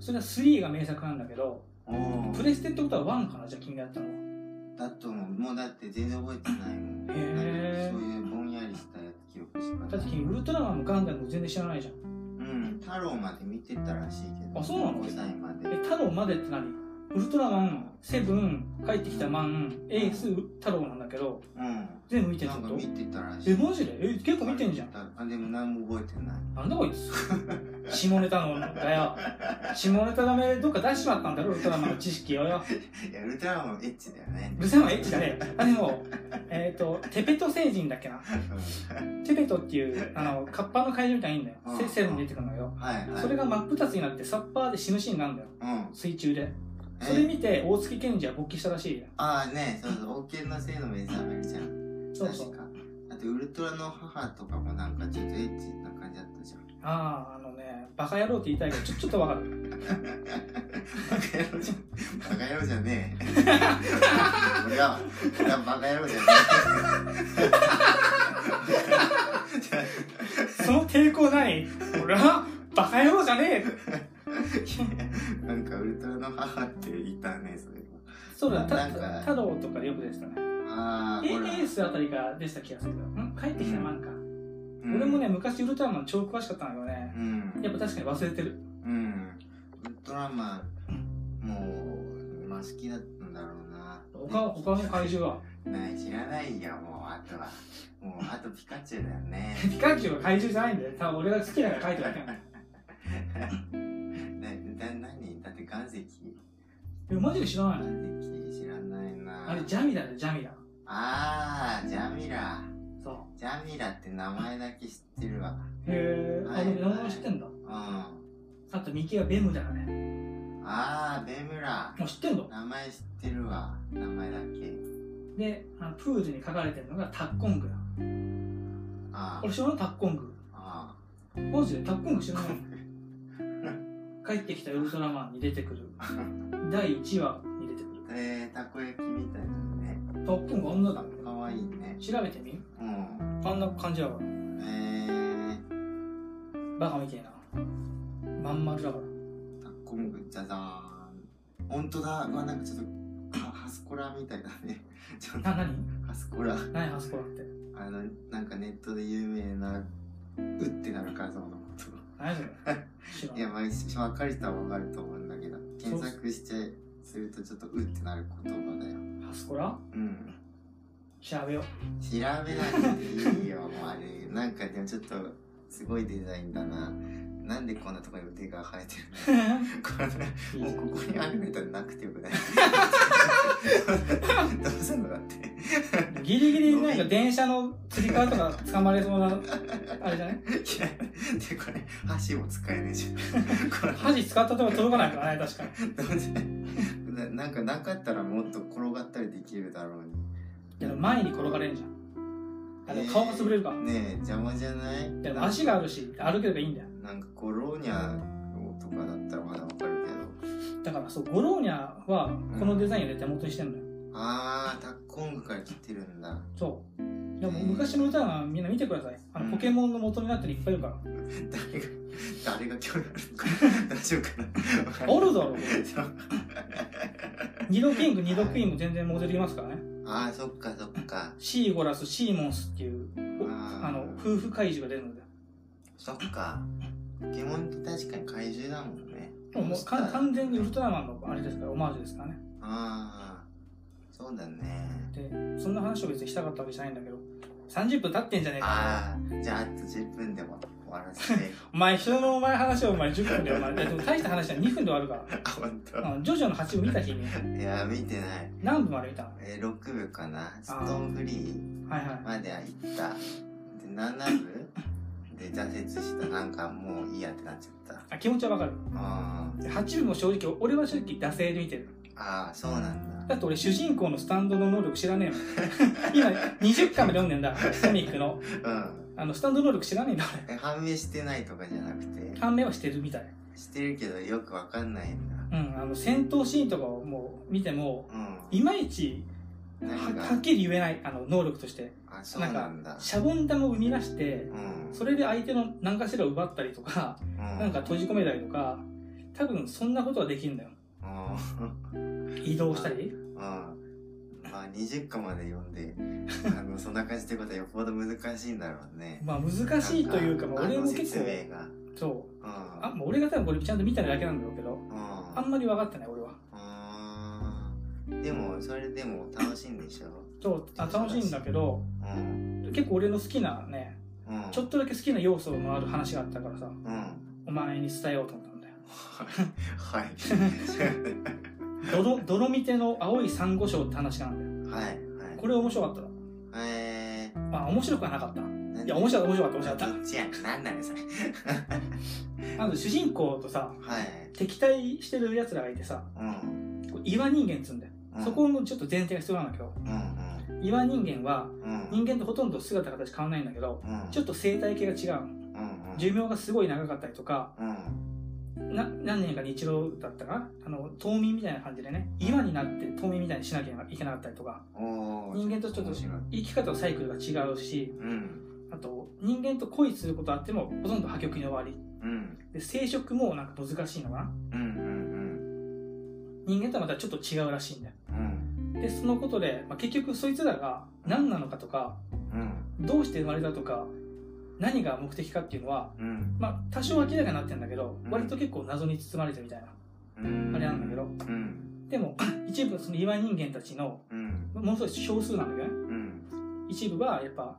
それは3が名作なんだけど、
うん。お
プ
ー
レステってことは1かな、じゃあ君がやったのは。
だと思う。もうだって全然覚えてないもん。
へー
そういうぼんやりしたやつ記憶しかない。
だって君、ウルトラマンもガンダムも全然知らないじゃん。
うん、太郎まで見てたらしいけど。
あそうなの
?5 歳まで。
え、太郎までって何ウルトラマン、セブン、帰ってきたマン、エース、太郎なんだけど、
う
全部見て
ん。
るっ
なん
て
か
こと
見てたらしい。
え、マジでえ、結構見てんじゃん。
ん。あ、でも何も覚えてない。
なんだこい
(laughs)
つ下ネタの女だよ。下ネタダメでどっか出しちまったんだろ、ウルトラマンの知識をよ。
い (laughs) や、ウルトラマンもエッチだよね
ウ。ルトラマンエッチだね。あ、でも、えっ、と、テペト星人だっけな。テペトっていう、あの、カッパの怪獣みたいにいいんだよ
うん。
セセブンに出てくるんだけど。
はいはい。
それが真っ二つになってサッパーで死ぬシーンがあるんだよ
うん。
水中で
え
それ見て大月健二は勃起したらしいよ
ああね、そうそう、王権の性の目覚めるじゃん。
そうそう
確か。あと、ウルトラの母とかもなんかちょっとエッチな感じだったじゃん。
あああのねバカ野郎って言いたいけどちょちょっとわかる (laughs)
バカ野郎じゃん。バカ野郎じゃねえ。俺は、俺はバカ野郎じゃね
(laughs) その抵抗ない俺はバカ野郎じゃねえ
え。なんかウルトラの母って言ったね、それは。
そうだた
なんか
太郎とかよくでしたね
ああ、
エ
ほら。
ースあたりがでした気がするけどん帰ってきたマンか、
うん
俺もね。昔ウルトラマン超詳しかったんだけどね
うん。
やっぱ確かに忘れてる
うん。ウルトラマン、もう、まあ好きだったんだろうな。
他は他の怪獣は (laughs)
ない、知らないよ、もう、あとは。もう、あとピカチュウだよね。
ピカチュウは怪獣じゃないんだよ多分俺が好きだから書いてるだけなんだよ
な、な、何だって岩石
えマジで知らない
岩
の
石知らないな。
あれジャミだよジャミだ
あー、ジャミラ。
そう
ジャミラって名前だけ知ってるわ。
へえ、
は
あ、
い
でも名前知ってんだ。
うん。あ
あと、ミキがベムだよね。
ー、ベムラ。
もう知ってんの
名前知ってるわ。名前だけ。
で、あのプールに書かれてるのがタッコングだ。
あ
俺
ー、
知らないタッコング。
あ
マジでタッコング知ら
(laughs)
ない帰ってきたウルトラマンに出てくる。第1話に出てくる。
ー。えー、たこ焼きみたいだね。
タッコング女だ。
かわいいね。
調べてみ
うん。
あんな感じだから。
えー、
バカみてえな。まん丸だから。
タッコングじゃじゃーん。ほんとだ。うわ、なんかちょっと、はハスコラみたいだね。 (laughs) ちょっと、
な、何
ハスコラ。
何ハスコラって。
あの、なんかネットで有名な、うってなる画像のこと。
何それ
(laughs)
知ら
い
な
や、
い。
まあ、し分かる人は分かると思うんだけど、検索してするとちょっとうってなる言葉だよ。
ハスコラ
うん。
調べよう。
調べなくていいよ、もうあれ。なんかでもちょっと、すごいデザインだな。なんでこんなところに腕 (laughs)
(laughs)
が生えてるのこれ、もうここにあるみたいなくてよくないどうすんのだって。
ギリギリなんか電車のつり革とか捕まれそうな、あれじゃない
いや、で、これ、箸も使えねえじゃん。これ、
箸使ったとこ届かないからね、確かに。
どうせななんかなかったらもっと転がったりできるだろうに。
でも前に転がれるじゃん。あでも顔が潰れるか。
ねえ、邪魔じゃない
でも足があるし、歩ければいいんだよ。
なんかこう、ローニャとかだったらまだわかるけど。
だからそう、ゴローニャはこのデザインをね手元にしてんのよ。
あー、タッコングから来てるんだ。
そう。でも昔の歌はみんな見てください。あのポケモンの元になってる人いっぱいいるから。
誰が、誰が興味あるのか。大丈夫かな。わかんない
おるだろ。
そう
二度キング、二度クイーンも全然戻ってきますからね。
(laughs) あー、そっかそっか。
シーゴラス、シーモンスっていう、
あー
あの、夫婦怪獣が出るので。
そっか。ポケモンって確かに怪獣だもんね。
もうもうか完全にウルトラマンのあれですから、オマージュですからね。
ああ、そうだね。
で、そんな話を別にしたかったわけじゃないんだけど、30分経ってんじゃねえか。
ああ、じゃああと10分でも終わらせ
(laughs)
て。
お前、人のお前話をお前10分でお前、でも大した話は2分で終わるか
あ、ほんと
ら。うんジョジョの8を見た日に、
いや、見てない。
何部まで見たの
えー、6部かな。ストーンフリー
はいはい。
までは行った。で、7部で挫折した。なんかもういいやってなっちゃった。
あ、気持ちはわかる。
あ
で8部も正直、俺は正直、惰性で見てる。
ーあー、そうなんだ。
だって俺、主人公のスタンドの能力知らねえもん。 (laughs) 今、20巻まで読んでんだ、コミックの。
うん。
あの、スタンド能力知らねえんだ、
え、判明してないとかじゃなく
俺。
て、
判明はしてるみたい。
してるけどよくわかんないんだ。
うん、あの、戦闘シーンとかをもう見ても、
う
いまいち、
ん。
は
何が
はっきり言えない、あの、能力として。
あ、そうなんだ。
シャボン玉を生み出して
う、ん。
それで相手の何かしらを奪ったりとか、
うん
なんか閉じ込めたりとか、多分そんなことはできるんだよ。
うん。 (laughs)
移動したり。
まあ、まあ、20巻まで読んで、あの、そんな感じってことはよっぽど難しいんだろうね。
まあ難しいというか、まあ
なん
俺も
あの
結
説
構、
明が。
そう。
うん。
あ、まあ俺が多分これちゃんと見ただけなんだろうけど、あんまり分かってない俺は。
うん。うん。でも、それでも楽しいんでしょ
そう、あ楽しいんだけど、
うん。
結構俺の好きなね、
うん。
ちょっとだけ好きな要素のある話があったからさ、
うん。
お前に伝えようと思ったんだよ。
はい。はい。
泥、 (laughs) 泥見ての青いサンゴ礁って話なんだよ。
はい。はい。
これ面白かったな
え
あ、面白くはなかった。
ー、
いや、面白かった、面白かった、面白
ど
か
っちやん。なんなのそれ。はい。
った。あの、主人公とさ、敵対してる奴らがいてさ、
うん。
こう岩人間っつうんだよ。
うん
そこのちょっと前提が必要なんだけど、
うんうん。
岩人間は
うん。
人間とほとんど姿形変わらないんだけど、
うん。
ちょっと生態系が違う。
うんうん。
寿命がすごい長かったりとか、
うん。
な何年かに一度だったかなあの、冬眠みたいな感じでね、岩になって冬眠みたいにしなきゃいけなかったりとか、
おー
人間とちょっと
面白い
生き方のサイクルが違うし、
うん。
あと、人間と恋することあっても、ほとんど破局に終わり。
うん。
で、生殖もなんか難しいのか
う
な
んうん
人間とはまたちょっと違うらしいんだよ。
うんうん
で、そのことで、まあ、結局そいつらが何なのかとか、
うん
どうして生まれたとか、何が目的かっていうのは、
うん
まあ、多少明らかになってんだけど
う、ん
割と結構謎に包まれてるみたい
う
な、
ん
あれなんだけど。
うん
でも、 (clears throat) 一部その岩人間たちの、
うん
ものすごい少数なんだけどね。
うん
一部はやっぱ、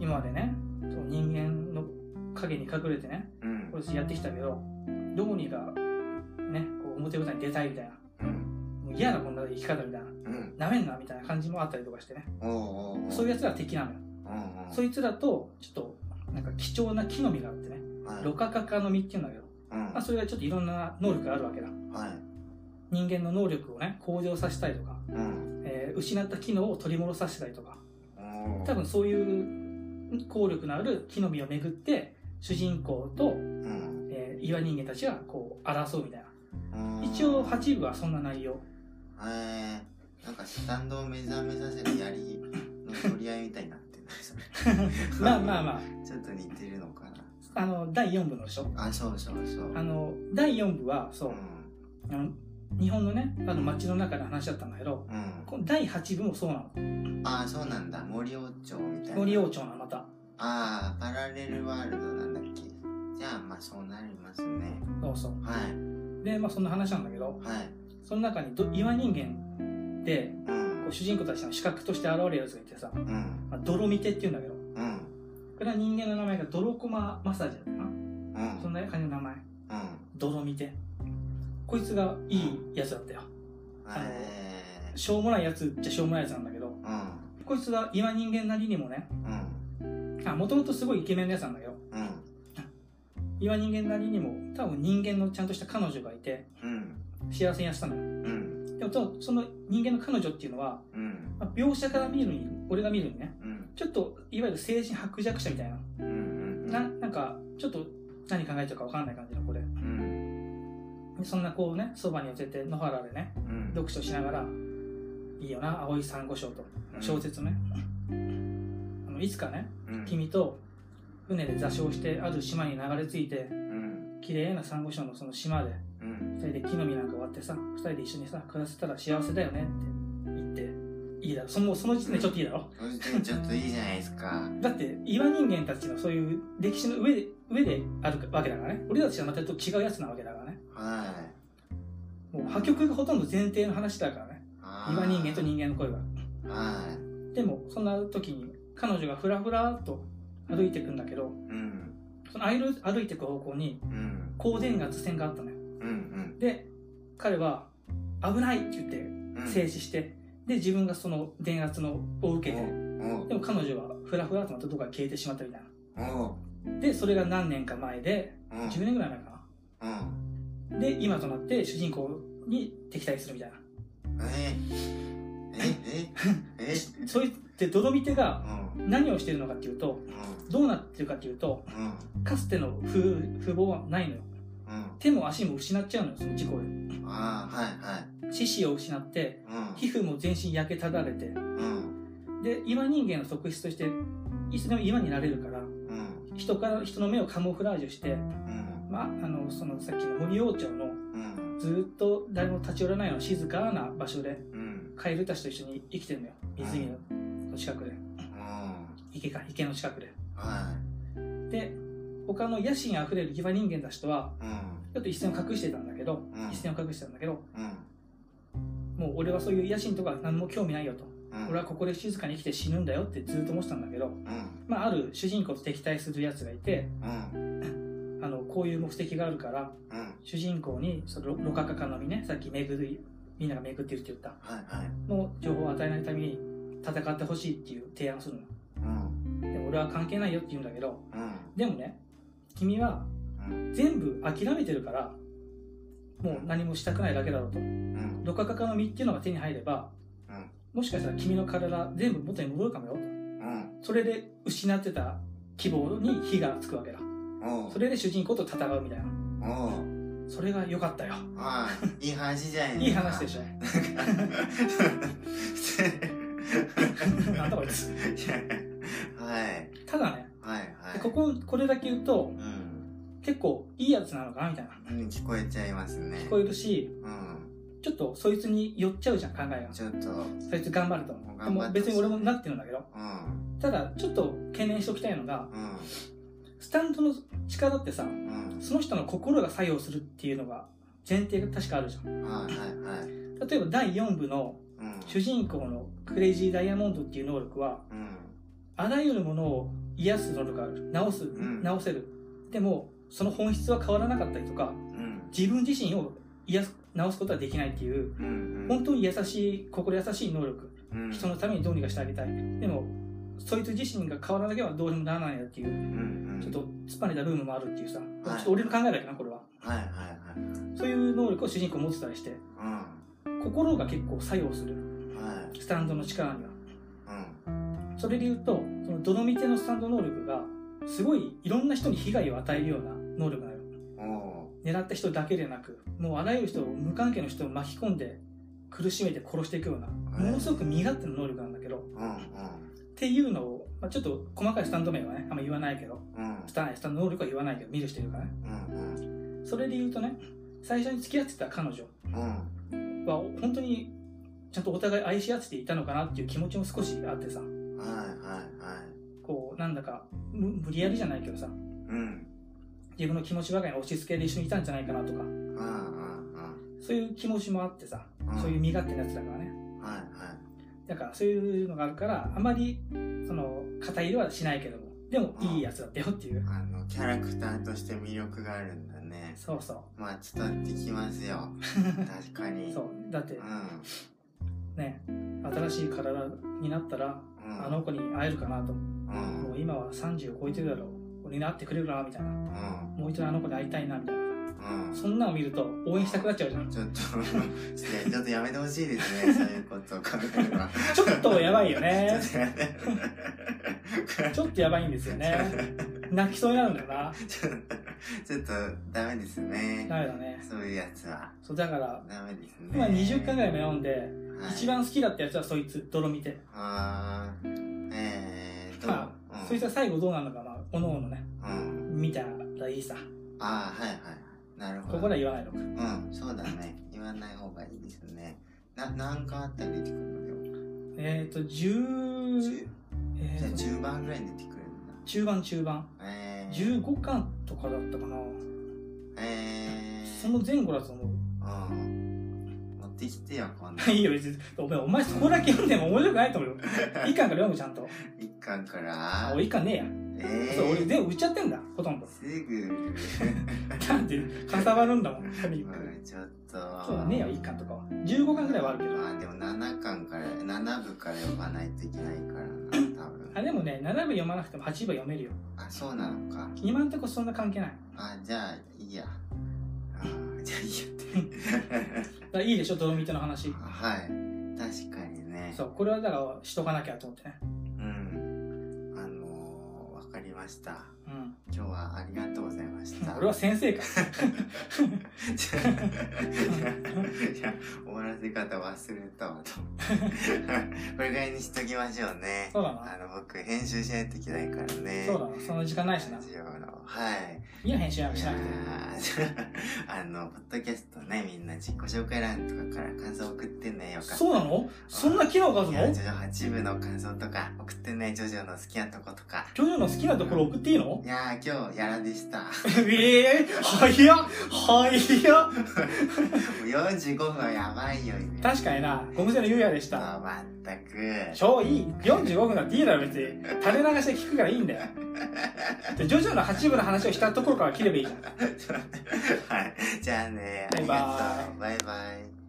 今までね、その人間の影に隠れてね、
うん
これやってきたけど、どうにか、ね、こう表舞台に出たいみたいな、
うん
もう嫌なこんな生き方みたい
うん
な、なめんなみたいな感じもあったりとかしてね、
おーおーおー
そういうやつらは敵なのよ。
うんうん
そいつらと、ちょっと、なんか貴重な木の実があってね、
はい
ロカカカの実っていうんだけど、
うん
まあそれがちょっといろんな能力があるわけだ。
はい
人間の能力をね、向上させたりとか、
うん
えー失った機能を取り戻させたりとか、
おー
多分そういう効力のある木の実をめぐって、主人公と、
うん
えー岩人間たちがこう争うみたいな。
うん
一応8部はそんな内容。
えーなんかスタンドを目覚めさせる槍の取り合いみたいになってないそれ
(laughs) まあまあま
ちょっと似てるのか
あ、あの、第4部のでしょ
なあそうそうそう
あの、第4部は、そうう、
ん
あの日本のね、あの街の中の話だったんだけど、
うん
この第8部もそうなの。
あそうなんだ森王朝みたいな
森王朝なの、また。
ああ、パラレルワールドなんだっけ。じゃあ、まあそうなりますね。
そうそう。
はい、
で、まあそんな話なんだけど、
はい。
その中にど岩人間で、
う、
こうん主人公たちの視覚として現れるやつがいてさ、
うん、
まあ、泥見てって言うんだけど、
うん、
これは人間の名前が泥駒マッサージだったかな。
う
そん
ん、
な感じの名前。
うん。
泥見て。こいつがいいやつだったよ。
え
しょうもないやつっちゃしょうもないやつなんだけど、
うん
こいつは今人間なりにもね、
うん
あ、もともとすごいイケメンのやつなんだけど、
うん
今人間なりにも多分人間のちゃんとした彼女がいて、
うん
幸せにやってたのよ。
うん
でもと、その人間の彼女っていうのは、
うん
まあ描写から見るに、俺が見るにね、
うん
ちょっと、いわゆる精神薄弱者みたいな、
うん
な、なんか、ちょっと何考えちゃうかわかんない感じの子で、
うん
でそんな子をね、そばに寄せて野原でね、
うん
読書しながら、いいよな、青い珊瑚礁と、
うん
小説ね。あのいつかね、
うん
君と船で座礁してある島に流れ着いて
うん
綺麗な珊瑚礁のその島で
うん
2人で木の実なんか割ってさ2人で一緒にさ暮らせたら幸せだよねって言っていいだろそのその時点でちょっといいだろ
そしてちょっといいじゃないですか
だって岩人間たちのそういう歴史の上で上であるわけだからね俺たちはまたと違うやつなわけだからね
はい
もう破局がほとんど前提の話だからね
あー
岩人間と人間の声が
はい
でもそんな時に彼女がふらふらっと歩いてくんだけど
うん
その歩い歩いてく方向に
うん
光電圧線があったのよ
うん
で彼は「危ない!」って言って
うんうん
静止して、で自分がその電圧のを受けて
おう
でも彼女はフラフラとまたどこか消えてしまったみたい
おう
なでそれが何年か前で
うん
10年ぐらい前か
うん
なで今となって主人公に敵対するみたいな
ええええ
そういってドドミテ
う
が
ん
何をしてるのかっていうと
うん
どうなってるかっていうと
うん
かつての風風貌はないのよ
うん
手も足も失っちゃうのよその事故で
ああはいはい
四肢を失って皮膚も全身焼けただれて
うんうん
で岩人間の特質としていつでも岩になれるから
うん
人から人の目をカモフラージュして、
うん
まあ、あのそのさっきの森王朝の
うん
ずっと誰も立ち寄らないような静かな場所で
うん
カエルたちと一緒に生きてるのよ湖の近くで
うん
池か池の近くで
は
で他の野心あふれる岩人間たちとはい
うん
ちょっと一線を隠してたんだけど、
うん
一線を隠してたんだけど
うん
もう俺はそういう野心とか何も興味ないよと、
うん
俺はここで静かに生きて死ぬんだよってずっと思ってたんだけど、
うん
まあ、ある主人公と敵対するやつがいて
うん
あのこういう目的があるから
うん
主人公にそのロカカカの実ねさっき巡りみんなが巡ってるって言った
はいはい
の情報を与えないために戦ってほしいっていう提案をするの
うん
で俺は関係ないよって言うんだけど
うん
でもね君は
うん
全部諦めてるからもう何もしたくないだけだろうと
うん
ロカカカの実っていうのが手に入れば、
うん
もしかしたら君の体全部元に戻るかもよと
うん
それで失ってた希望に火がつくわけだ
おう
それで主人公と戦うみたいな
おう
それが良かったよ
はいいい話じゃない
いい話でしょなんだこいつ
はい
ただね
はいはい
でこここれだけ言うと
うん
結構いいやつなのかなみたいな
うん聞こえちゃいますね
聞こえるし
うん
ちょっとそいつに寄っちゃうじゃん考えが
ちょっと
そいつ頑張ると
頑張
思う
って
でも別に俺もなってるんだけど
うん
ただちょっと懸念しておきたいのが
うん
スタンドの力ってさ
うん
その人の心が作用するっていうのが前提が確かあるじゃん
はいはいはい
例えば第4部の
うん
主人公のクレイジーダイヤモンドっていう能力は
うん
あらゆるものを癒す能力がある治す
ん
治せる、でもその本質は変わらなかったりとか
うん
自分自身を癒す治すことはできないっていう
うん
本当に優しい心優しい能力
うん
人のためにどうにかしてあげたいでもそいつ自身が変わらなければどうにもならないよっていう
うんうん
ちょっと突っぱねた部分もあるっていうさ、
い
ちょっと俺の考えだけどなこれは
はいはいはい
そういう能力を主人公持ってたりして
うん
心が結構作用する
はい
スタンドの力には
うん
それで言うとそのどのみ手のスタンド能力がすごいいろんな人に被害を与えるような能力なのよ
お
狙った人だけでなくもうあらゆる人を無関係の人を巻き込んで苦しめて殺していくようなものすごく身勝手な能力なんだけど、
ううん
っていうのを、まあ、ちょっと細かいスタンド名はねあんま言わないけど
うんうん
スタンスタンド能力は言わないけど見る人いるからね
うんうん
それで言うとね最初に付き合ってた彼女
うん
は本当にちゃんとお互い愛し合っていたのかなっていう気持ちも少しあってさ
はいはいはい
こうなんだか無無理やりじゃないけどさ
うん
自分の気持ちばかりに押し付けで一緒にいたんじゃないかなとか
うんうん
そういう気持ちもあってさ
うん
そういう身勝手なやつだから
う
ね
んはいはい
だからそういうのがあるからあまりその肩入れはしないけどもでもいいやつだったよっていう、
あのキャラクターとして魅力があるんだね
そうそ (laughs)
まあ伝わってきますよ確か
う
に
そうだって
うん
ね新しい体になったら
うん
あの子に会えるかなと
うん
もう今は30を超えてるだろう俺に会ってくれるかなみたいな
うん
もう一度あの子に会いたいなみたいな
うん
そんなのを見ると応援したくなっちゃうじゃん
ちょっと
(laughs)
ちょっとちょっとやめてほしいですねそういうことを考えるのは
ちょっとやばいよ
(laughs)
ね
ちょっとやめて
ちょっとやばいんです
(laughs)
よね泣きそうになるんだよな
ちょっとちょっとダメですね
ダメだね
そういうやつは
そうだから
ダメですね
今20巻ぐらいも読んで
はい
一番好きだったやつはそいつ泥見て
あーえーと、
まあそいつは最後どうなるのかまあおのおのね
うん、うん、
見たらいいさ
ああはいはいなるほど
ここでは言わないのか
うんそうだね言わない方がいいですねな何巻あったら出てくるのよ
えっ、ー、と10
十
え
じゃあ
ーと
10番ぐらいに出てくるんだ
中盤中盤
えー、
15巻とかだったかな
えー、
その前後だと思
うん持ってきてよ今
う
度
(laughs) いいよ別にお前お前そこだけ読んでも面白くないと思
(laughs)
うよ1巻から読むちゃんと
一巻か
あ
ら
俺1巻ねえや、
え
そう俺
ー、
全部売っちゃってんだほとんど
す
(laughs)
ぐ
だってかさばるんだもん紙一
今
巻
ちょっと
そうねえよ1巻とかは15巻ぐらいはあるけど
まあでも7巻から7部から読まないといけないからな多分
あでもね7部読まなくても8部読めるよ
あそうなのか
今んとこそんな関係ない
あじゃあいいやあーじゃあいいやって
だからいいでしょドロミートの話
はい確かにね
そうこれはだからしとかなきゃと思ってね
うんあのー、わかりました
うん
今日はありがとう (laughs) ございました
俺は先生か
じゃあいや終わらせ方忘れた
(laughs)
わとこれぐらいにしときましょうね
そうだ
あ
な
の僕編集しないといけないからね
そうだなその時間ないしな
ラジオのはい
いや編集なんか
い
し
や
なくて
ー (laughs) あのポッドキャストねみんな自己紹介欄とかから感想送ってねよかった
そうなのそんな機能がある
い
の
やジョジョ8部の感想とか送ってねジョジョの好きなとことか
ジョジョの好きなところ送ってい
(laughs)
いの
いやー今日やらで
(laughs)
したも
ええ早っ早っ
う45分はやばいよ今
(laughs) 確かにな、ゴム製の優也でした。
もうまったく
超いい。45分なんていいだろ、別に。垂れ流しで聞くからいいんだよ。でジョジョの8部の話をしたところから切ればいいじゃん。
はいじゃあねあ
バイ
り
バイ
がとうバイバイ